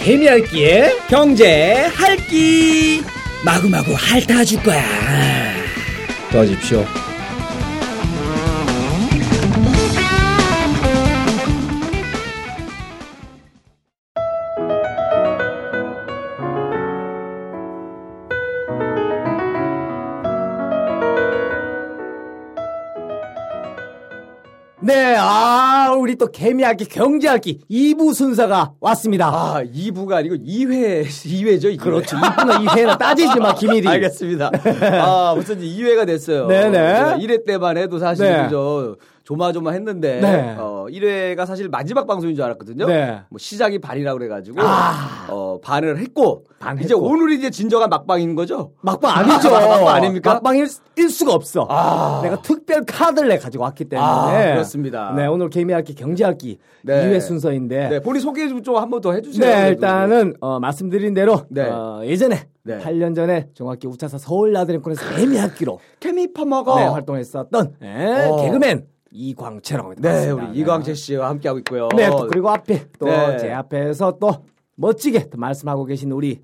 개미핥기에 경제 할기 마구마구 핥아줄 거야 떠십시오 네, 아, 우리 또 개미학기, 경제학기 2부 순서가 왔습니다. 아 2부가 아니고 2회 2회죠 그렇죠. 아, 2부나 2회나 따지지 마, 김일이. 네. 알겠습니다 아 무슨 2회가 됐어요 네네. 제가 1회 때만 해도 사실 네. 좀 조마조마했는데 네. 어, 1회가 사실 마지막 방송인 줄 알았거든요 네. 뭐 시작이 반이라 그래가지고 아. 어, 반을 했고 반 이제 했고. 오늘이 이제 진정한 막방인 거죠 막방 뭐 아니죠. 막방 아닙니까? 막방일 수- 일 수가 없어. 내가 특별 카드를 내 가지고 왔기 때문에. 아, 그렇습니다. 네, 오늘 개미학기, 경제학기 네. 2회 순서인데. 네, 본인 소개 좀 한 번 더 해주세요. 네, 그래도. 일단은 어, 말씀드린 대로 네. 어, 예전에 네. 8년 전에 정확히 우차사 서울 나들림권에서 개미학기로 케미 퍼머거. 네, 활동했었던 예, 어. 개그맨 이광채라고 네, 반갑습니다. 우리 이광재 씨와 함께 하고 있고요. 네, 또 그리고 앞에 또 네. 제 앞에서 또 멋지게 또 말씀하고 계신 우리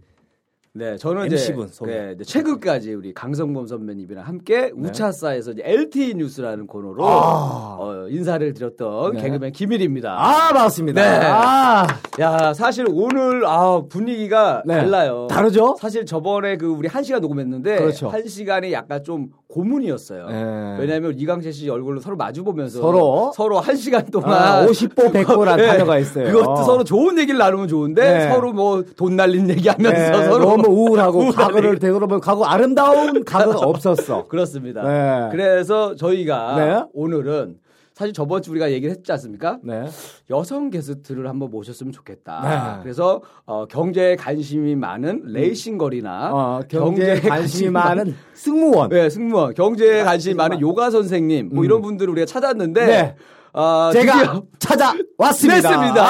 네, 저는 이제 MC 분 소개. 네. 네, 이제 최근까지 우리 강성범 선배님이랑 함께 우차사에서 이제 LTE 뉴스라는 코너로 어, 인사를 드렸던 개그맨 김일입니다. 네. 아 반갑습니다. 네. 아, 야, 사실 오늘 아 분위기가 네. 달라요. 다르죠? 사실 저번에 그 우리 한 시간 녹음했는데 그렇죠. 한 시간이 약간 좀 고문이었어요. 네. 왜냐하면 이강재 씨 얼굴로 서로 마주 보면서 서로? 서로 한 시간 동안 네. 아, 50보 100보란 단어가 있어요. 그것도 서로 좋은 얘기를 나누면 좋은데 네. 서로 뭐 돈 날린 얘기하면서 네, 서로 너무 우울하고 우울한 과거를 얘기. 되돌아보면 과거 아름다운 과거가 없었어. 그렇습니다. 네. 그래서 저희가 네. 오늘은 사실 저번 주 우리가 얘기를 했지 않습니까? 네. 여성 게스트를 한번 모셨으면 좋겠다. 네. 음. 그래서 어, 경제에 관심이 많은 레이싱걸이나 어, 경제에 관심이 많은 승무원. 네, 승무원, 경제에 관심이 많은 요가 선생님 뭐 이런 분들을 우리가 찾았는데 음. 네. 아, 제가 드디어 찾아왔습니다. 냈습니다.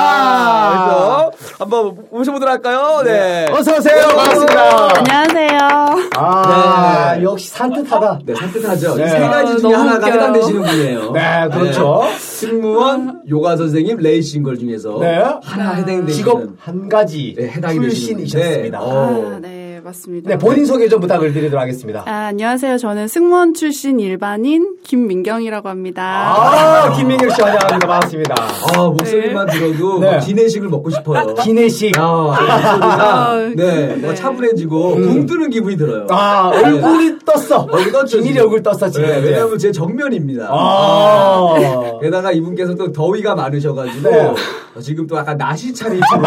아. 그래서 한번 모셔보도록 할까요? 네. 어서 오세요. 반갑습니다. 안녕하세요. 아, 네. 역시 산뜻하다. 네, 산뜻하죠. 네. 이세 가지 중에 너무 하나가 웃겨요. 해당되시는 분이에요. 네, 그렇죠. 승무원, 요가 선생님, 레이싱걸 중에서 네. 아, 하나 해당되는 직업 한 가지 네, 해당이 출신이셨습니다. 되시는데, 어. 아, 네, 맞습니다. 네, 본인 소개 좀 부탁을 드리도록 하겠습니다. 아, 안녕하세요. 저는 승무원 출신 일반인 김민경이라고 합니다. 아, 김민경 씨 환영합니다. 반갑습니다. 아, 목소리만 들어도 네. 막 기내식을 먹고 싶어요. 기내식. 아, 네, 목소리가 아, 네, 뭔가 네. 차분해지고 붕 뜨는 기분이 들어요. 음. 아, 얼굴이 떴어. 네. 얼굴 떴죠, 김일이 지금. 얼굴 떴어, 지금. 네, 왜냐하면 제 정면입니다. 아. 게다가 이분께서 또 더위가 많으셔가지고 네. 어, 지금 또 약간 나시 차림으로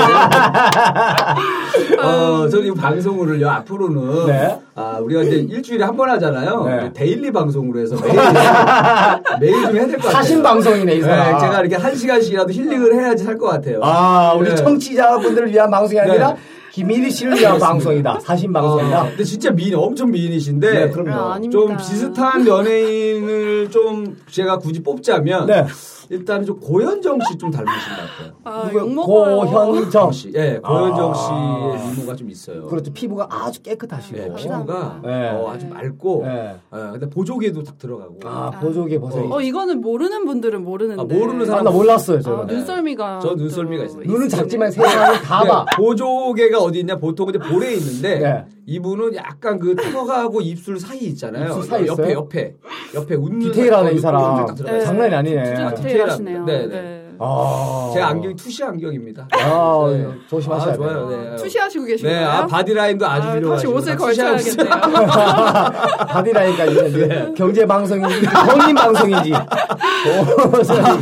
어, 저는 이 방송을요 앞으로는 네. 아, 우리가 이제 일주일에 한 번 하잖아요. 네. 데일리 방송으로 해서 매일 매일 좀 해야 될 것 같아요. 사신 방송이네, 이 네, 사람. 제가 이렇게 한 시간씩이라도 힐링을 해야지 할 것 같아요. 아, 우리 네. 청취자분들을 위한 방송이 아니라 네. 김일이 씨를 위한 방송이다. 사신 방송이다. 아, 근데 진짜 미인 엄청 미인이신데 네, 그럼요. 아, 아닙니다. 좀 비슷한 연예인을 좀 제가 굳이 뽑자면 네. 일단은 좀 고현정 씨 좀 닮으신 것 같아요. 아, 누구야? 욕먹어요. 고현정 씨, 예, 고현정 씨의 미모가 좀 있어요. 아. 그렇죠. 피부가 아주 예, 깨끗하시고. 피부가 네. 어, 아주 맑고, 네. 예, 근데 보조개도 딱 들어가고. 아, 보조개 보세요. 어, 이거는 모르는 분들은 모르는데. 아, 모르는 아, 사람- 네. 나 몰랐어요, 아, 저는. 눈썰미가. 저 또 눈썰미가 있어요. 눈은 있으네. 작지만 세상을 다 네, 봐. 보조개가 어디 있냐? 보통 이제 볼에 있는데 네. 이분은 약간 그 턱하고 입술 사이 있잖아요. 입술 사이 옆에 있어요? 옆에 옆에 웃는 디테일하네, 사람, 이 사람. 예. 얼굴 딱 들어가 네. 있어요. 장난이 아니네. 진짜 네. 디테일하시네요. 네, 네. 네. 아. 제 안경이 투시 안경입니다. 아, 네. 조심하셔야 아, 좋아요. 돼요. 네. 투시하시고 계신가요? 네, 아, 바디라인도 아주 아, 필요하시고 다시 옷을 투시하시고 걸쳐야겠네요. 밥이라니까 이제 네. 경제 방송인지 경인 방송인지 아,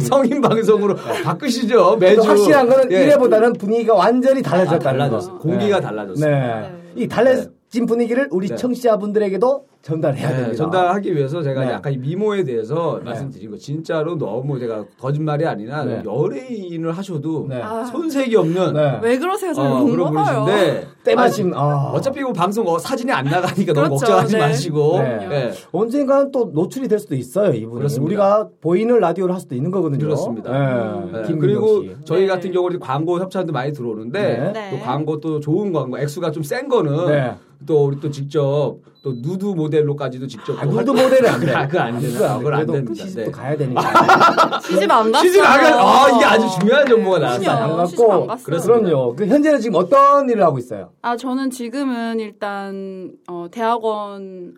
성인 방송으로 바꾸시죠. 매주 또 네. 확실한 거는 예. 1회보다는 분위기가 완전히 아, 달라졌다는 달라졌어. 거. 공기가 네. 달라졌어. 네. 이 달라진 분위기를 우리 네. 청취자분들에게도 전달해야 네, 됩니다. 전달하기 위해서 제가 네. 약간 이 미모에 대해서 말씀드린 거 진짜로 너무 제가 거짓말이 아니라 네. 연예인을 하셔도 네. 아. 손색이 없는 네. 왜 그러세요? 저는 어, 그런 욕먹어요. 분이신데 때마침 아, 어차피 이거 방송 어, 사진이 안 나가니까 너무 그렇죠. 걱정하지 네. 마시고 네. 예. 언젠가는 또 노출이 될 수도 있어요. 이분은 그렇습니다. 우리가 보이는 라디오를 할 수도 있는 거거든요. 그렇습니다. 네. 네, 김민경 그리고 씨. 저희 네. 같은 경우는 광고 협찬도 많이 들어오는데 네. 네. 또 광고 또 좋은 광고 액수가 좀 센 거는 네. 또 우리 또 직접 또 누드 모델로까지도 직접 아, 또 누드 활동- 모델은 안 돼. 아, 그거 안 그거 되나? 안 아, 그건 안 그래도 됩니다. 시집도 네. 가야 아, 되니까. 시집 안 갔어. 시집 안 갔- 아, 이게 아주 중요한 정보가 나왔어요. 시집 안 시집 안 갔고. 갔어요. 그렇습니다. 그럼요. 그 현재는 지금 어떤 일을 하고 있어요? 아, 저는 지금은 일단 어, 대학원생이고요.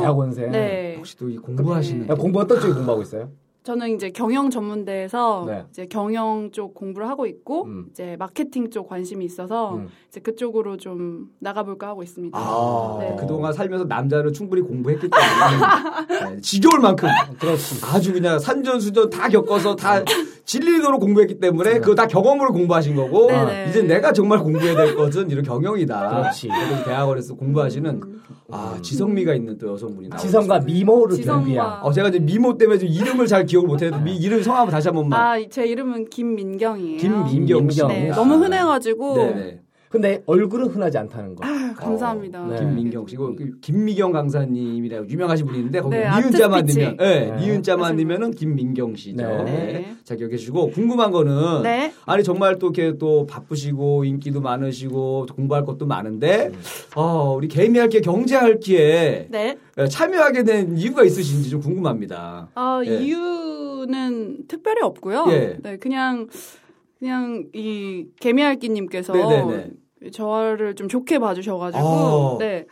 대학원생. 어. 네. 아, 혹시 또 이 공부하시는 야, 공부 어떤 쪽에 공부하고 있어요? 저는 이제 경영 전문대에서 네. 이제 경영 쪽 공부를 하고 있고 음. 이제 마케팅 쪽 관심이 있어서 음. 이제 그쪽으로 좀 나가볼까 하고 있습니다. 아, 네. 그동안 살면서 남자는 충분히 공부했기 때문에 네, 지겨울 만큼 그렇지. 아주 그냥 산전수전 다 겪어서 다 진리도로 공부했기 네. 때문에 그거 다 경험으로 공부하신 거고 네네. 이제 내가 정말 공부해야 될 것은 이런 경영이다. 그렇지. 그래서 대학원에서 공부하시는 음. 아 지성미가 있는 또 여성분이 나오고 지성과 있어요. 미모를 지성과- 준비한. 어 제가 이제 미모 때문에 좀 이름을 잘 기억을 못해도 미- 이름 성함 다시 한 번만 아, 제 이름은 김민경이에요. 김민경 씨. 네, 너무 흔해가지고 네네. 근데 얼굴은 흔하지 않다는 거. 아, 감사합니다. 네. 어, 김민경 씨고 그 김미경 강사님이라고 유명하신 분이 있는데 거기 네, 니은자만 아티스트 넣으면 피칭. 네, 네. 니은자만 넣으면은 김민경 씨죠. 네. 네. 자 기억해 주시고 궁금한 거는 네. 아니 정말 또 이렇게 또 바쁘시고 인기도 많으시고 또 공부할 것도 많은데 네. 어 우리 개미할 게 경제할 기에 네. 참여하게 된 이유가 있으신지 좀 궁금합니다. 아, 예. 이유는 특별히 없고요. 예. 네, 그냥 그냥 이 개미알기님께서 네네네. 저를 좀 좋게 봐주셔가지고 아. 네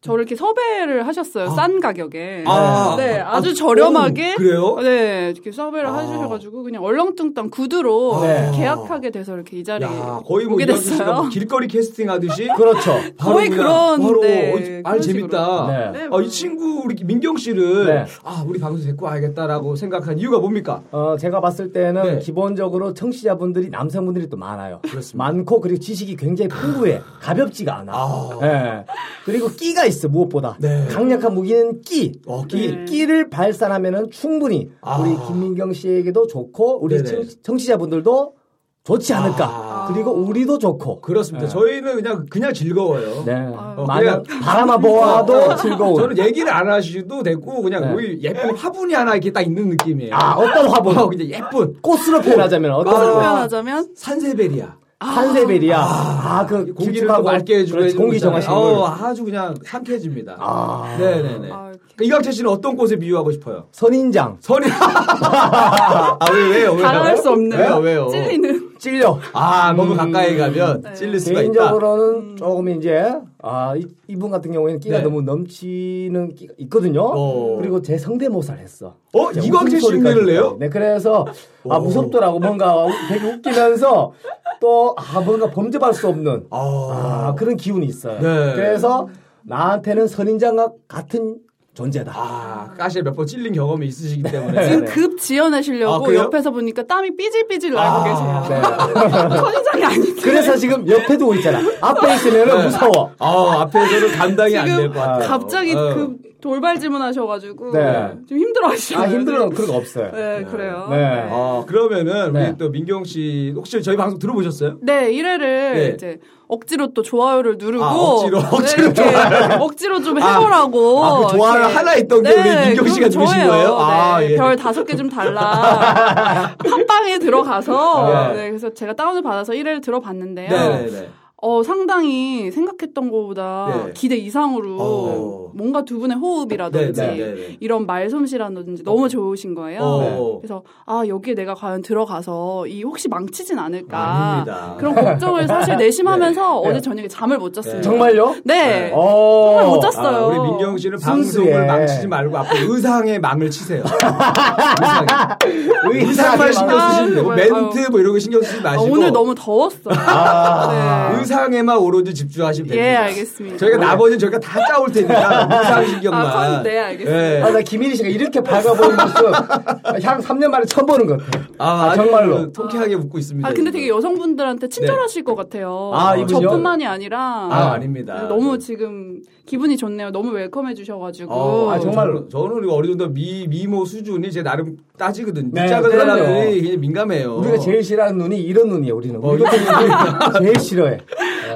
저를 이렇게 섭외를 하셨어요 싼 가격에 아. 네 아, 아주 저렴하게 오, 그래요? 네 이렇게 섭외를 아. 해주셔가지고 그냥 얼렁뚱땅 구두로 네. 계약하게 돼서 이렇게 이 자리에 야 거의 뭐 오게 이현수 씨가 네, 됐어요. 뭐 길거리 캐스팅 하듯이 그렇죠. 바로 거의 그냥 그런, 바로 네, 어, 아 그런 재밌다. 식으로. 네, 아, 뭐. 이 친구 우리 민경 씨를 네. 아 우리 방송 데리고 와야겠다라고 생각한 이유가 뭡니까? 어, 제가 봤을 때는 네. 기본적으로 청취자분들이 남성분들이 또 많아요. 그렇습니다. 많고 그리고 지식이 굉장히 풍부해. 가볍지가 않아. 아. 예. 그리고 끼가 있어 무엇보다. 네. 강력한 무기는 끼. 어, 끼. 끼. 를 발산하면은 충분히 아. 우리 김민경 씨에게도 좋고 우리 네네. 청- 청취자분들도 좋지 않을까. 아. 그리고 우리도 좋고. 그렇습니다. 저희는 그냥 그냥 즐거워요. 네. 어, 많은 그냥- 바라만 보아도 즐거운. 저는 얘기를 안 하셔도 되고 그냥 네. 우리 예쁜 화분이 하나 이렇게 딱 있는 느낌이에요. 아 어떤 화분? 어, 근데 예쁜 꽃으로 표현하자면 어떤 꽃으로 화분? 표현하자면 산세베리야. 산세베리아. 아, 그 공기를 또 길쭉하고 맑게 해주고 그렇지, 공기 해주는 정화식물. 거잖아요. 어, 아주 그냥 상쾌해집니다. 아. 네네네. 아, 그러니까 이광철 씨는 어떤 꽃에 비유하고 싶어요? 선인장 선이. 아, 아왜 왜요 왜요? 가라할 수 없는 왜요 왜요? 찔리는 찔려. 아 너무 가까이 가면 네. 찔릴 수가 있다. 음. 음. 개인적으로는 그 조금 이제 아 이, 분 같은 경우에는 끼가 네. 너무 넘치는 끼가 있거든요. 어. 그리고 제 성대모사를 했어. 어, 이제 이광재 웃음소리까지 씨를 내요? 있어요. 네, 그래서 아 오. 무섭더라고 뭔가 우- 되게 웃기면서 또 아 뭔가 범접할 수 없는 아, 아, 그런 기운이 있어요. 네. 그래서 나한테는 선인장과 같은 존재다. 아 까시에 몇 번 찔린 경험이 있으시기 네. 때문에 지금 급 네, 아, 지어내시려고 그래요? 옆에서 보니까 땀이 삐질삐질 아. 나고 계세요. 네. 선인장이 아닌데. 그래서 지금 옆에 두고 있잖아. 앞에 있으면 네. 무서워. 아 앞에서는 감당이 안 될 것 지금 같아요. 갑자기 어. 그 돌발 질문하셔가지고 네. 좀 힘들어하시죠. 아 힘들어 그런 거 없어요. 네, 그래요. 네. 네. 아 그러면은 네. 우리 또 민경 씨 혹시 저희 방송 들어보셨어요? 네, 1회를 네. 이제 억지로 또 좋아요를 누르고 아, 억지로, 네, 억지로 이렇게 억지로 좀 해보라고. 아, 그 좋아요 이렇게. 네, 하나 있던 게 우리 민경 그럼 씨가 누르신 저예요. 거예요? 네, 아, 예. 별 다섯 개 좀 달라. 팟빵에 들어가서 네. 네, 그래서 제가 다운을 받아서 1회를 들어봤는데요. 네네네. 어, 상당히 생각했던 것보다 네. 기대 이상으로 어. 뭔가 두 분의 호흡이라든지 네, 네, 네, 네. 이런 말솜씨라든지 너무 좋으신 거예요. 어. 그래서 아 여기에 내가 과연 들어가서 이 혹시 망치진 않을까 아닙니다. 그런 걱정을 사실 내심하면서 어제 저녁에 잠을 못 네. 잤습니다. 정말요? 네. 어. 정말 못 잤어요. 아, 우리 민경 씨는 순수해. 방송을 망치지 말고 앞으로 의상에 망을 치세요. 의상에. 의상만 음, 의상에 신경 망을- 쓰시면 되고 아유, 멘트 뭐 이런 거 신경 쓰지 아, 마시고 오늘 너무 더웠어요. 네. 아. 의상에만 오로지 집중하시면 됩니다. 예, 알겠습니다. 저희가 나머지는 저희가 다 짜올 테니까 의상 신경만. 아, 컨- 네, 알겠습니다. 예. 아, 나 김일희 씨가 이렇게 밝아 보이는 모습 향 3년 만에 처음 보는 것 같아. 아, 아, 아주 정말로. 통쾌하게 웃고 있습니다. 아 근데 지금. 되게 여성분들한테 친절하실 것 같아요. 아, 이분이요? 저뿐만이 아니라 네. 아, 아닙니다. 너무 지금 기분이 좋네요. 너무 웰컴해 주셔가지고. 어, 아, 정말. 저는, 저는 어느 정도 미, 미모 수준이 제 나름 따지거든요. 네, 작은 그럼요. 사람들이 굉장히 민감해요. 우리가 제일 싫어하는 눈이 이런 눈이에요. 우리는 어, 우리가 제일 싫어해.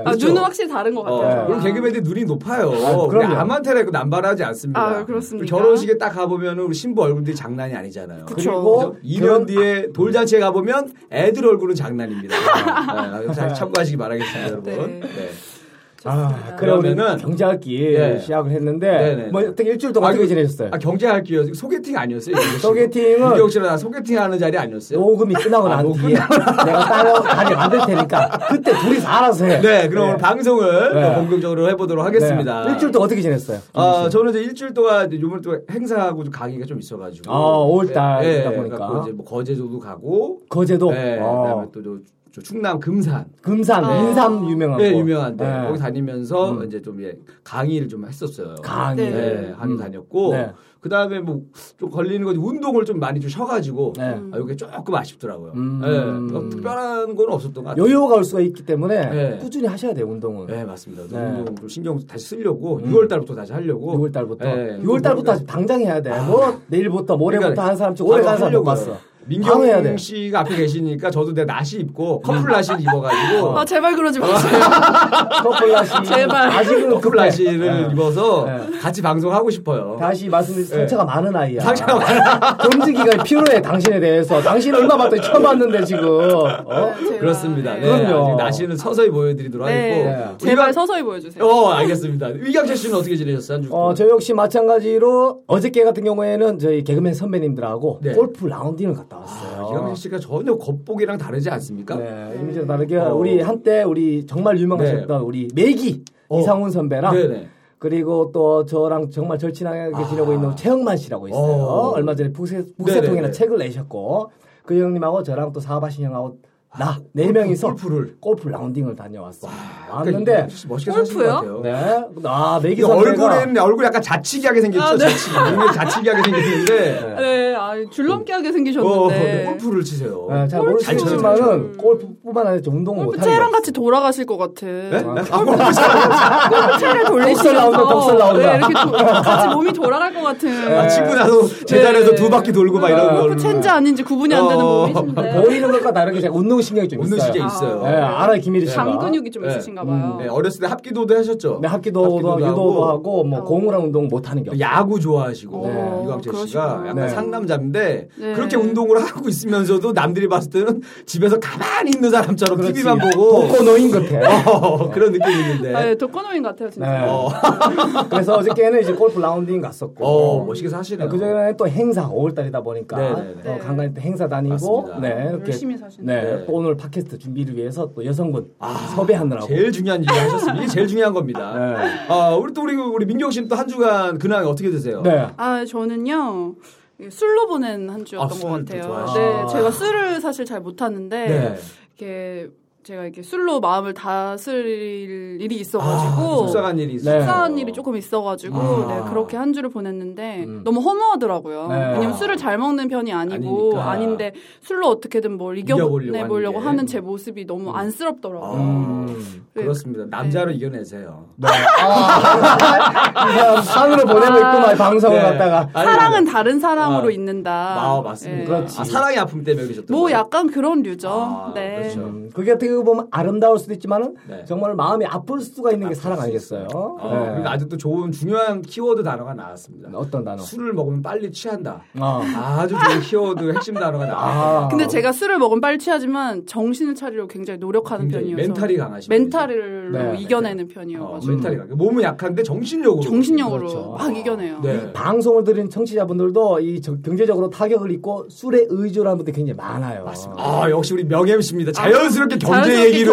아, 눈은 확실히 다른 것 그렇죠. 어, 같아요. 그럼 개그맨들이 눈이 높아요. 아, 우리 그럼요. 아무한테나 이거 남발하지 않습니다. 아, 그렇습니까? 결혼식에 딱 가보면 우리 신부 얼굴들이 장난이 아니잖아요. 그쵸. 그리고 2년 어? 결혼- 뒤에 돌잔치에 가보면 애들 얼굴은 장난입니다. 네, 잘 참고하시기 바라겠습니다, 여러분. 네. 네. 아, 좋습니다. 그러면은 그러면은 경제학기 네. 시작을 했는데 네네. 뭐 어떻게 일주일 동안 어떻게 아, 지내셨어요? 아, 경제할 기회 소개팅 아니었어요? 이경규 씨? 네. 소개팅은 이경규 씨랑 나 소개팅 하는 자리 아니었어요? 녹음이 끝나고 난 뒤에 내가 따로 다리 만들 테니까 그때 둘이서 알아서 해. 네, 그럼 오늘 방송을 네. 본격적으로 해보도록 하겠습니다. 네. 일주일 동안 어떻게 지냈어요? 아, 저는 이제 일주일 동안 이제 요번 또 행사하고 좀 강의가 좀 있어가지고. 아, 5월달이다 예, 예, 보니까. 갖고 이제 뭐 거제도도 가고. 거제도, 예, 어, 그다음에 또 저- 저 충남 금산. 금산, 아. 인삼 유명한 예, 곳. 유명한데 네. 거기 다니면서 이제 좀 예, 강의를 좀 했었어요. 강의. 예, 네. 강의 다녔고 네. 그다음에 뭐 좀 걸리는 거지 운동을 좀 많이 좀 쉬어가지고 네. 음. 아, 이게 조금 아쉽더라고요. 음. 예, 뭐 특별한 건 없었던 것 같아요. 요요가 올 수가 있기 때문에 네. 꾸준히 하셔야 돼요 운동은. 네 맞습니다. 네. 운동 좀 신경 다시 쓰려고 6월 달부터 다시 하려고 6월 달부터. 예, 6월 달부터 당장 해야 돼. 뭐 내일부터 모레부터 아. 그러니까 한 사람씩 올해 간 사람 못 하려고요. 봤어. 바로 해야 돼. 네. 민경 씨가 앞에 계시니까 저도 내 나시 입고 커플 나시 입어가지고 아, 제발 그러지 마세요. 커플 라시. 제발. 아직은 커플 급해. 나시를 네. 입어서 네. 같이 방송하고 싶어요. 다시 말씀드린 상처가 많은 아이야. 네. 상처가 많아. 검증기가 필요해 당신에 대해서. 당신 얼마 봤더니 처음 봤는데 지금. 어? 제발. 그렇습니다. 네, 그럼요. 아직 나시는 서서히 보여드리도록 네. 네. 하겠고 제발 우리가- 서서히 보여주세요. 어 알겠습니다. 위경철 씨는 어떻게 지내셨어요? 한 주? 어, 저 역시 마찬가지로 어저께 같은 경우에는 저희 개그맨 선배님들하고 네. 아, 골프 라운딩을 갔다 이경철 왔어요. 씨가 전혀 겉보기랑 다르지 않습니까? 네, 이미지랑 다르게 어. 우리 한때 우리 정말 유명하셨던 네. 우리 매기 어. 이상훈 선배랑 네네. 그리고 또 저랑 정말 절친하게 아. 지내고 있는 최영만 씨라고 있어요. 어. 얼마 전에 북새, 네네네. 북새통이나 책을 내셨고 그 형님하고 저랑 또 사바신 형하고 나 네 명이서 아, 골프를. 골프 라운딩을 다녀왔어. 그러니까 왔는데 어, 이경철 씨 멋있게 사신 것 골프요? 같아요. 네, 아 매기 이게 선배가 얼굴은 얼굴 약간 자치기하게 생겼죠. 아, 네. 자치기. 눈이 자치기하게 생겼는데 네, 아, 줄넘기하게 어, 생기셨는데. 골프를 치세요. 네, 잘 네. 골프. 모르시지만은 골프뿐만 아니라 좀 운동을 골프 못하는 거 채랑 같이 돌아가실 것 같아. 아, 골프 잘- 골프 채를 돌리시면서 덕설 나온다, 덕설 나온다. 네, 이렇게 도- 같이 몸이 돌아갈 것 같은. 아, 치고 나서 재단에서 네. 두 바퀴 돌고 막 이런 골프 걸. 챈지 아닌지 구분이 안 되는 어. 몸이신데. 보이는 것과 다르게 제가 운동 신경이 좀 웃는 있어요. 시계 아. 있어요. 예, 알아 김일이 씨가. 장근육이 좀 네. 있으신가 봐요. 네, 어렸을 때 합기도도 하셨죠? 네, 학기도 하고 유도도 하고 뭐 어. 공우랑 운동 못 하는 게 또 없어요. 뭐 야구 좋아하시고 네. 유광재 씨가 그러시구나. 약간 네. 상남자인데 네. 그렇게 운동을 하고 있으면서도 남들이 봤을 때는 집에서 가만히 있는 사람처럼 그렇지. TV만 뭐 보고 독거 노인 같아. 어, 그런 느낌이 있는데 아, 예, 독거노인 같아요, 진짜. 네. 어, 그래서 어저께는 이제 골프 라운딩 갔었고. 아, 어, 멋있게 사시네요. 그 전에는 또 행사 5월달이다 보니까 네네네. 어, 간간히 또 행사 다니고 맞습니다. 네 이렇게 열심히 사시네요. 네, 네. 또 오늘 팟캐스트 준비를 위해서 또 여성분 섭외하느라고 제일 중요한 일을 하셨습니다. 이게 제일 중요한 겁니다. 네. 아, 우리 또 우리 우리 민경 씨는 또 한 주간 근황이 어떻게 되세요? 네. 아, 저는요. 술로 보낸 한 주였던 아, 것 술도 같아요. 좋아하시죠. 네, 아. 제가 술을 사실 잘 못하는데 네. 이렇게 제가 이렇게 술로 마음을 다스릴 일이 아, 있어가지고 속상한 일이 있어요. 네. 속상한 일이 조금 있어가지고 아. 네, 그렇게 한 주를 보냈는데 음. 너무 허무하더라고요. 네. 왜냐면 술을 잘 먹는 편이 아니고 아니니까. 아닌데 술로 어떻게든 뭘 이겨보려고 이겨보려고 하는 게. 하는 제 모습이 너무 안쓰럽더라고요. 음. 네. 아, 그렇습니다. 남자로 이겨내세요. 네. 아, 이 사람 산으로 보내고 있구만, 이 방송을 네. 갖다가. 아니, 사랑은 다른 사랑으로 아. 있는다. 아, 맞습니다. 예. 그렇지. 아, 사랑의 아픔 때문에 그러셨던 뭐 거예요? 약간 그런 류죠. 아, 네. 그렇죠. 음, 그게 어떻게 보면 아름다울 수도 있지만은 네. 정말 마음이 아플 수가 있는 게 사랑 아니겠어요? 어, 네. 그리고 아직도 좋은 중요한 키워드 단어가 나왔습니다. 어떤 단어? 술을 먹으면 빨리 취한다. 어. 아주 좋은 키워드 핵심 단어가 나왔습니다. 아. 근데 제가 술을 먹으면 빨리 취하지만 정신을 차리려고 굉장히 노력하는 굉장히 편이어서 멘탈이 강하신 멘탈로 분이죠. 네, 이겨내는 어, 음. 편이어가지고 멘탈이 강. 몸은 약한데 정신력으로. 정신력으로 그렇죠. 막 이겨내요. 음. 네. 방송을 들은 청취자분들도 이 저- 경제적으로 타격을 입고 술에 의존하는 분들이 굉장히 많아요. 맞습니다. 아 역시 우리 명예 MC입니다. 자연스럽게 경제 아, 자연스럽게 얘기로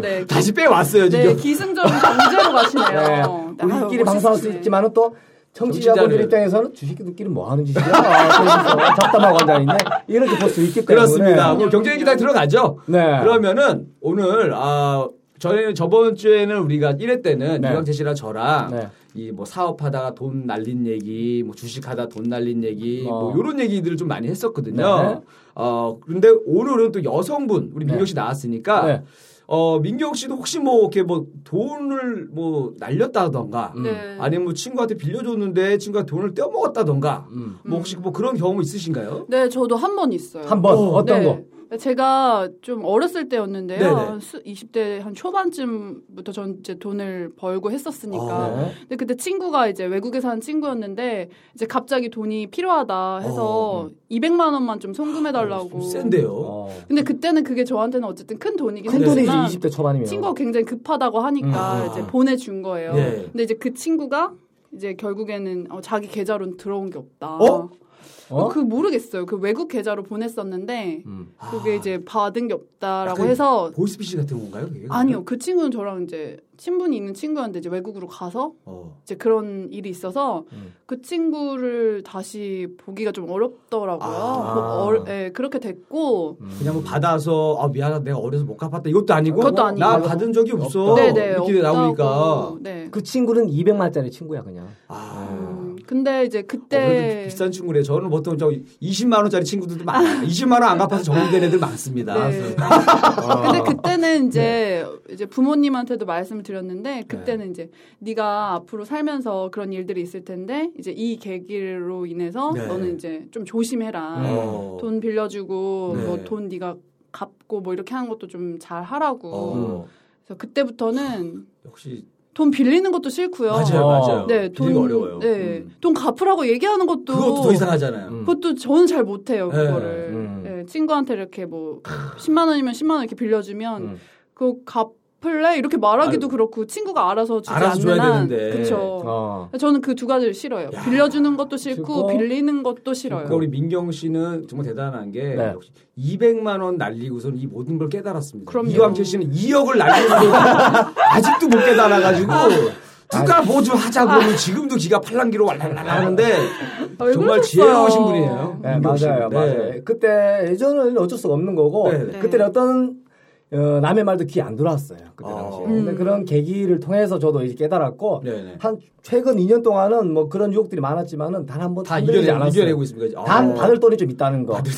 지금 네. 다시 빼왔어요 네, 지금. 기승전 경제로 네. 가시네요. 아, 우리끼리 방송할 수 있지만은 또 청취자분들 청취자를. 입장에서는 주식끼리는 뭐 하는 짓이야? 아, 그래서 잡담하고 앉아있네? 이렇게 볼 수 있기 때문에. 그렇습니다. 오늘 경제 얘기 다 들어가죠. 네. 그러면은 오늘 아 저희 저번 주에는 우리가 1회 때는 네. 이광재 씨랑 저랑 네. 이 뭐 사업하다가 돈 날린 얘기, 뭐 주식하다 돈 날린 얘기, 어. 뭐 이런 얘기들을 좀 많이 했었거든요. 네. 어 그런데 오늘은 또 여성분 우리 민경 씨 나왔으니까 네. 어 민경 씨도 혹시 뭐 이렇게 뭐 돈을 뭐 날렸다던가 음. 네. 아니면 뭐 친구한테 빌려줬는데 친구가 돈을 음. 떼어먹었다던가 뭐 혹시 뭐 그런 경험 있으신가요? 네, 저도 한 번 있어요. 한번 어, 어떤 네. 거? 제가 좀 어렸을 때였는데요. 네네. 한 수- 20대 한 초반쯤부터 전 이제 돈을 벌고 했었으니까. 어. 아, 네. 근데 그때 친구가 이제 외국에 사는 친구였는데 이제 갑자기 돈이 필요하다 해서 200만 원만 좀 송금해 달라고. 아, 좀 센데요. 어. 근데 그때는 그게 저한테는 어쨌든 큰 돈이긴 큰 돈이 이제 했지만 20대 초반이면. 어? 친구가 굉장히 급하다고 하니까 음. 이제 보내준 거예요. 네. 근데 이제 그 친구가 이제 결국에는 어, 자기 계좌로는 들어온 게 없다. 어? 어? 그 모르겠어요. 그 외국 계좌로 보냈었는데 음. 아. 그게 이제 받은 게 없다라고 약간 해서 보이스피싱 같은 건가요? 그게? 아니요. 그 친구는 저랑 이제 친분이 있는 친구였는데 이제 외국으로 가서 어. 이제 그런 일이 있어서 음. 그 친구를 다시 보기가 좀 어렵더라고요. 아. 뭐 얼- 예, 그렇게 됐고 그냥 뭐 받아서 아 미안하다 내가 어려서 못 갚았다 이것도 아니고 그것도 아니고. 나 받은 적이 없어 네, 이렇게 없다고. 나오니까 네. 그 친구는 200만짜리 친구야 그냥. 아 어, 음, 네. 근데 이제 그래도 그때 비싼 친구래 저는 보통 저 20만 원짜리 친구들도 많아 20만 원 안 갚아서 정리된 애들 많습니다 네. 아. 근데 그때는 이제 네. 이제 부모님한테도 말씀을 드렸는데 그때는 이제 네가 앞으로 살면서 그런 일들이 있을 텐데 이제 이 계기로 인해서 네. 너는 이제 좀 조심해라. 네. 어. 음. 돈 빌려주고 네. 뭐 돈 네가 갚고 뭐 이렇게 하는 것도 좀 잘 하라고. 어. 그래서 그때부터는 역시 돈 빌리는 것도 싫고요. 맞아요 어. 맞아요 네, 돈 돈 어려워요 네, 음. 돈 갚으라고 얘기하는 것도 그것도 더 이상하잖아요 음. 그것도 저는 잘 못해요 네. 그거를 음. 네, 친구한테 이렇게 뭐 10만 원이면 10만 원 이렇게 빌려주면 음. 그거 갚을래 이렇게 말하기도 그렇고 친구가 알아서 주지 알아서 줘야 않는 한 되는데. 아. 그쵸 어. 저는 그 두 가지를 싫어요 야. 빌려주는 것도 싫고 싫고, 빌리는 것도 싫어요 그러니까 우리 민경 씨는 정말 대단한 게 네. 역시 200만 원 날리고선 이 모든 걸 깨달았습니다. 그럼요. 이광철 씨는 2억을 날리고서 아직도 못 깨달아가지고 누가 뭐 좀 하자 그러면 지금도 기가 팔랑기로 왈랄랄 하는데 아, 왜 정말 그러셨어요? 지혜로우신 분이에요. 네, 민경 씨는. 맞아요, 네. 맞아요. 그때 예전은 어쩔 수가 없는 거고 네, 네. 그때 어떤 어, 남의 말도 귀에 안 들어왔어요. 그때 아. 당시에. 음. 근데 그런 계기를 통해서 저도 이제 깨달았고 네네. 한 최근 2년 동안은 뭐 그런 유혹들이 많았지만은 단 한 번도 다 흔들리지 이겨내, 않았어요. 이겨내고 있습니다. 단 아. 받을 돈이 좀 있다는 거.